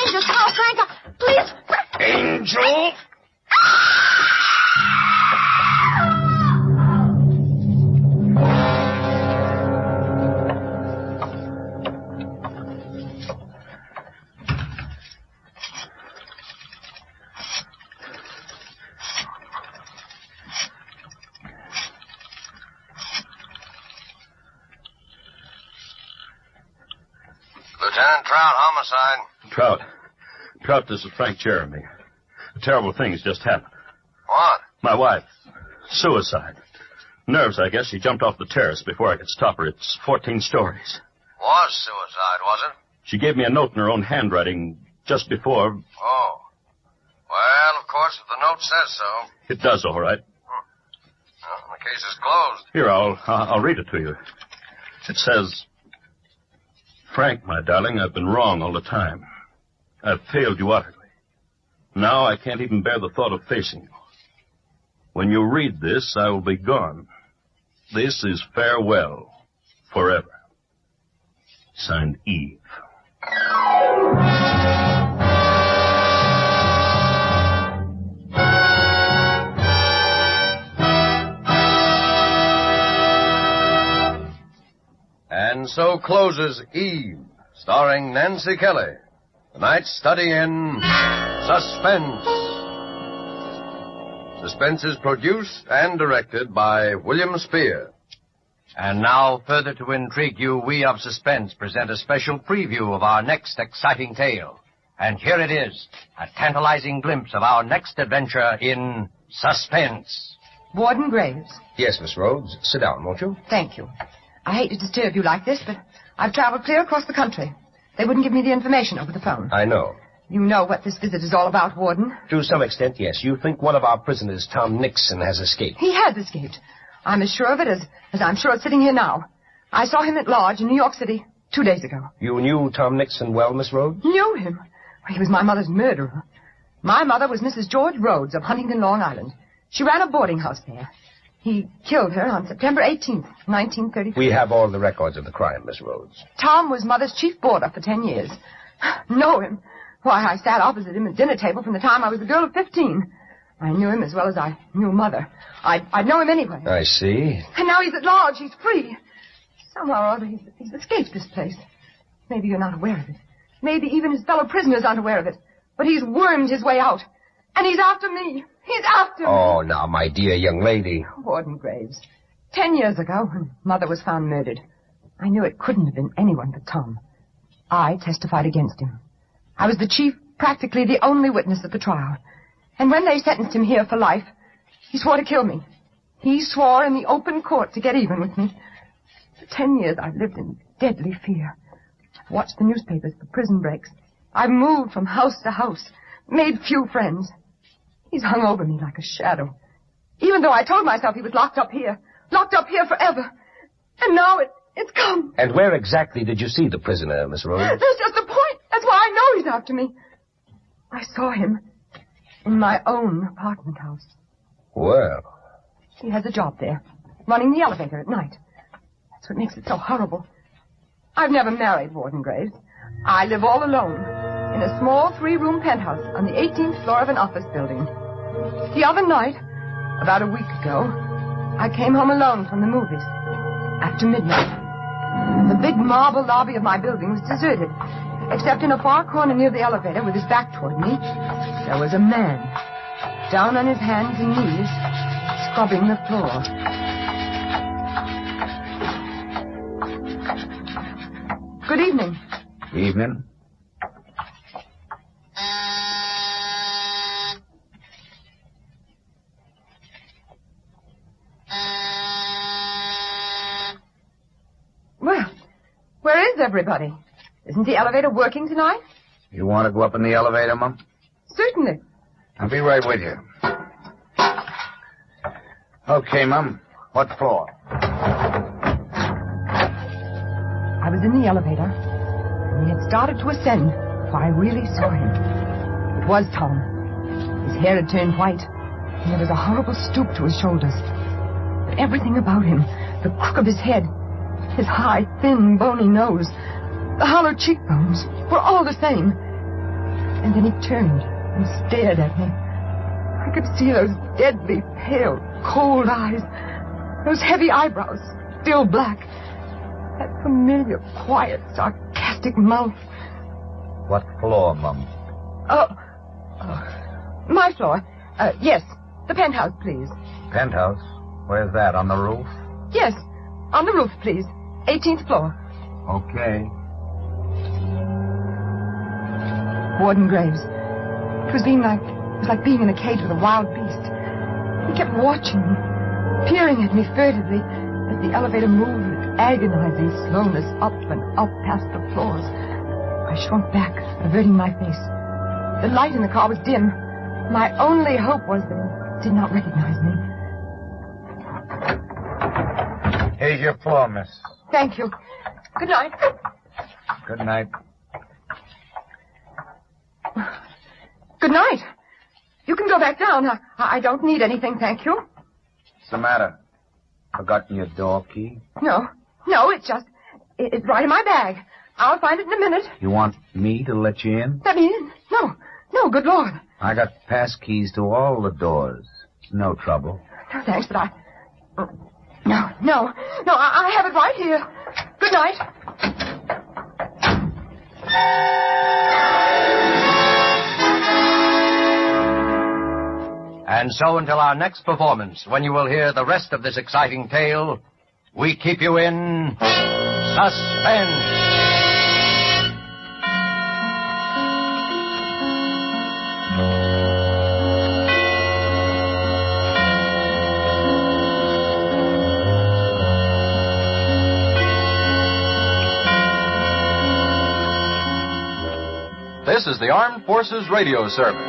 Speaker 16: explain just how, Frank. I, please. Fra-
Speaker 15: Angel!
Speaker 17: Lieutenant Trout, homicide.
Speaker 15: Trout. Trout, this is Frank Jeremy. A terrible thing's just happened.
Speaker 17: What?
Speaker 15: My wife. Suicide. Nerves, I guess. She jumped off the terrace before I could stop her. It's 14 stories.
Speaker 17: Was suicide, was it?
Speaker 15: She gave me a note in her own handwriting just before.
Speaker 17: Oh. Well, of course, if the note says so.
Speaker 15: It does, all right.
Speaker 17: Well, the case is closed.
Speaker 15: Here, I'll, I'll I'll read it to you. It says, Frank, my darling, I've been wrong all the time. I've failed you utterly. Now I can't even bear the thought of facing you. When you read this, I will be gone. This is farewell. Forever. Signed E. Eve.
Speaker 17: And so closes Eve, starring Nancy Kelly. Tonight's study in suspense. Suspense is produced and directed by William Spear.
Speaker 19: And now, further to intrigue you, we of Suspense present a special preview of our next exciting tale. And here it is, a tantalizing glimpse of our next adventure in Suspense.
Speaker 20: Warden Graves,
Speaker 21: Yes, Miss Rhodes. Sit down, won't you?
Speaker 20: thank you. I hate to disturb you like this, but I've traveled clear across the country. They wouldn't give me the information over the phone.
Speaker 21: I know.
Speaker 20: You know what this visit is all about, Warden.
Speaker 21: To some extent, yes. You think one of our prisoners, Tom Nixon, has escaped.
Speaker 20: He has escaped. I'm as sure of it as, as I'm sure of sitting here now. I saw him at Lodge in New York City two days ago.
Speaker 21: You knew Tom Nixon well, Miss Rhodes?
Speaker 20: Knew him. He was my mother's murderer. My mother was Mrs. George Rhodes of Huntington, Long Island. She ran a boarding house there. He killed her on September 18th, 1933.
Speaker 21: We have all the records of the crime, Miss Rhodes.
Speaker 20: Tom was Mother's chief boarder for ten years. Know him? Why, I sat opposite him at dinner table from the time I was a girl of 15. I knew him as well as I knew Mother. I'd, I'd know him anyway.
Speaker 21: I see.
Speaker 20: And now he's at large. He's free. Somehow or other, he's, he's escaped this place. Maybe you're not aware of it. Maybe even his fellow prisoners aren't aware of it. But he's wormed his way out. And he's after me. He's after me.
Speaker 21: Oh, now, my dear young lady.
Speaker 20: Warden Graves. Ten years ago, when Mother was found murdered, I knew it couldn't have been anyone but Tom. I testified against him. I was the chief, practically the only witness at the trial. And when they sentenced him here for life, he swore to kill me. He swore in the open court to get even with me. For ten years, I've lived in deadly fear. I've watched the newspapers for prison breaks. I've moved from house to house, made few friends. He's hung over me like a shadow. Even though I told myself he was locked up here, locked up here forever. And now it, it's come.
Speaker 21: And where exactly did you see the prisoner, Miss Rhodes?
Speaker 20: That's just the point. That's why I know he's after me. I saw him in my own apartment house.
Speaker 21: Well,
Speaker 20: He has a job there, running the elevator at night. That's what makes it so horrible. I've never married Warden Graves. I live all alone in a small three-room penthouse on the 18th floor of an office building. The other night, about a week ago, I came home alone from the movies after midnight. The big marble lobby of my building was deserted, except in a far corner near the elevator with his back toward me. There was a man down on his hands and knees, scrubbing the floor. Good evening.
Speaker 22: Evening.
Speaker 20: Well, where is everybody? Isn't the elevator working tonight?
Speaker 22: You want to go up in the elevator, Mum?
Speaker 20: Certainly.
Speaker 22: I'll be right with you. Okay, Mum. What floor?
Speaker 20: I was in the elevator, and he had started to ascend, for I really saw him. It was Tom. His hair had turned white, and there was a horrible stoop to his shoulders. But everything about him the crook of his head, his high, thin, bony nose, the hollow cheekbones were all the same. And then he turned and stared at me. I could see those deadly, pale, cold eyes, those heavy eyebrows, still black, that familiar, quiet, sarcastic mouth.
Speaker 22: What floor, Mum?
Speaker 20: Oh, oh. my floor. Uh, yes, the penthouse, please.
Speaker 22: Penthouse. Where's that? On the roof?
Speaker 20: Yes, on the roof, please. 18th floor.
Speaker 22: Okay.
Speaker 20: Warden Graves. It was being like it was like being in a cage with a wild beast. He kept watching me, peering at me furtively as the elevator moved with agonizing slowness up and up past the floors. I shrunk back, averting my face. The light in the car was dim. My only hope was that he did not recognize me.
Speaker 22: Here's your floor, miss.
Speaker 20: Thank you. Good night.
Speaker 22: Good night.
Speaker 20: Good night. You can go back down. I, I don't need anything, thank you.
Speaker 22: What's the matter? Forgotten your door key?
Speaker 20: No, no, it's just, it- it's right in my bag. I'll find it in a minute.
Speaker 22: You want me to let you in?
Speaker 20: Let me in. No, no, good Lord.
Speaker 22: I got pass keys to all the doors. No trouble.
Speaker 20: No, thanks, but I. No, no, no, I, I have it right here. Good night.
Speaker 19: And so until our next performance, when you will hear the rest of this exciting tale, we keep you in suspense.
Speaker 23: This is the Armed Forces Radio Service.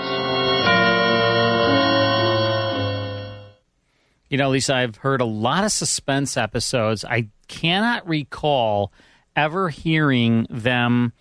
Speaker 1: You know, Lisa, I've heard a lot of suspense episodes. I cannot recall ever hearing them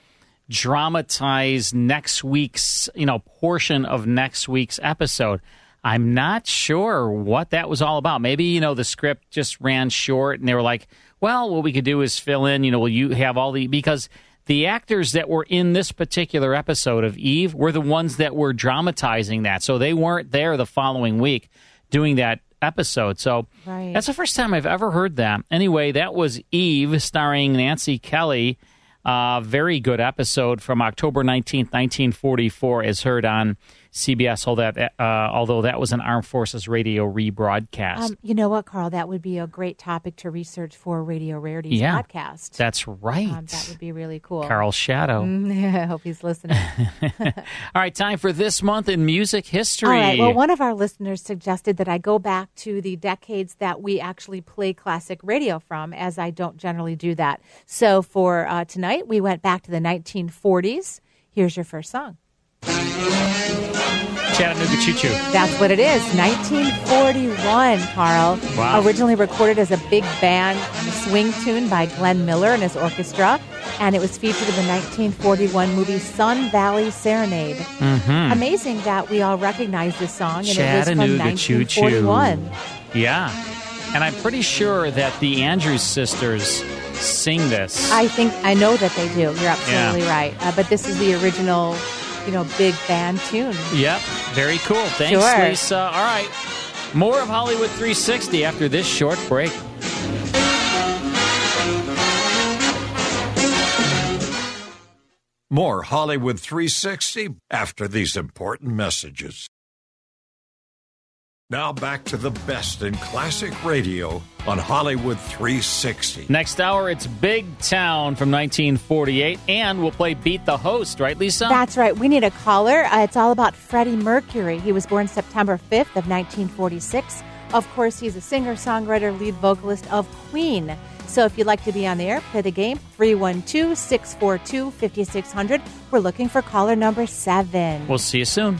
Speaker 1: dramatize next week's, you know, portion of next week's episode. I'm not sure what that was all about. Maybe, you know, the script just ran short and they were like, well, what we could do is fill in, you know, will you have all the, because the actors that were in this particular episode of Eve were the ones that were dramatizing that. So they weren't there the following week doing that episode. So
Speaker 2: Right.
Speaker 1: that's the first time I've ever heard that. Anyway, that was Eve starring Nancy Kelly. Uh, very good episode from October 19th, 1944, as heard on CBS, all that, uh, although that was an Armed Forces radio rebroadcast.
Speaker 2: Um, you know what, Carl? That would be a great topic to research for Radio Rarities
Speaker 1: Yeah.
Speaker 2: podcast.
Speaker 1: That's right.
Speaker 2: Um, that would be really cool.
Speaker 1: Carl Shadow.
Speaker 2: Mm, I hope he's listening.
Speaker 1: All right, time for this month in music history.
Speaker 2: All right. Well, one of our listeners suggested that I go back to the decades that we actually play classic radio from, as I don't generally do that. So for uh, tonight, we went back to the 1940s. Here's your first song.
Speaker 1: Chattanooga Choo Choo.
Speaker 2: That's what it is. 1941, Carl.
Speaker 1: Wow.
Speaker 2: Originally recorded as a big band swing tune by Glenn Miller and his orchestra, and it was featured in the 1941 movie Sun Valley Serenade.
Speaker 1: Mhm.
Speaker 2: Amazing that we all recognize this song, and it was from
Speaker 1: Chattanooga Choo Choo.
Speaker 2: 1941.
Speaker 1: Yeah. And I'm pretty sure that the Andrews sisters sing this.
Speaker 2: I think I know that they do. You're absolutely
Speaker 1: Yeah.
Speaker 2: right. Uh, but this is the original, you know, big band tune.
Speaker 1: Yep. Very cool. Thanks,
Speaker 2: Sure.
Speaker 1: Lisa. All right. More of Hollywood 360 after this short break.
Speaker 14: More Hollywood 360 after these important messages. Now back to the best in classic radio on Hollywood 360.
Speaker 1: Next hour, it's Big Town from 1948, and we'll play Beat the Host, right, Lisa?
Speaker 2: That's right. We need a caller. Uh, it's all about Freddie Mercury. He was born September 5th of 1946. Of course, he's a singer, songwriter, lead vocalist of Queen. So if you'd like to be on the air, play the game 312-642-5600. We're looking for caller number 7.
Speaker 1: We'll see you soon.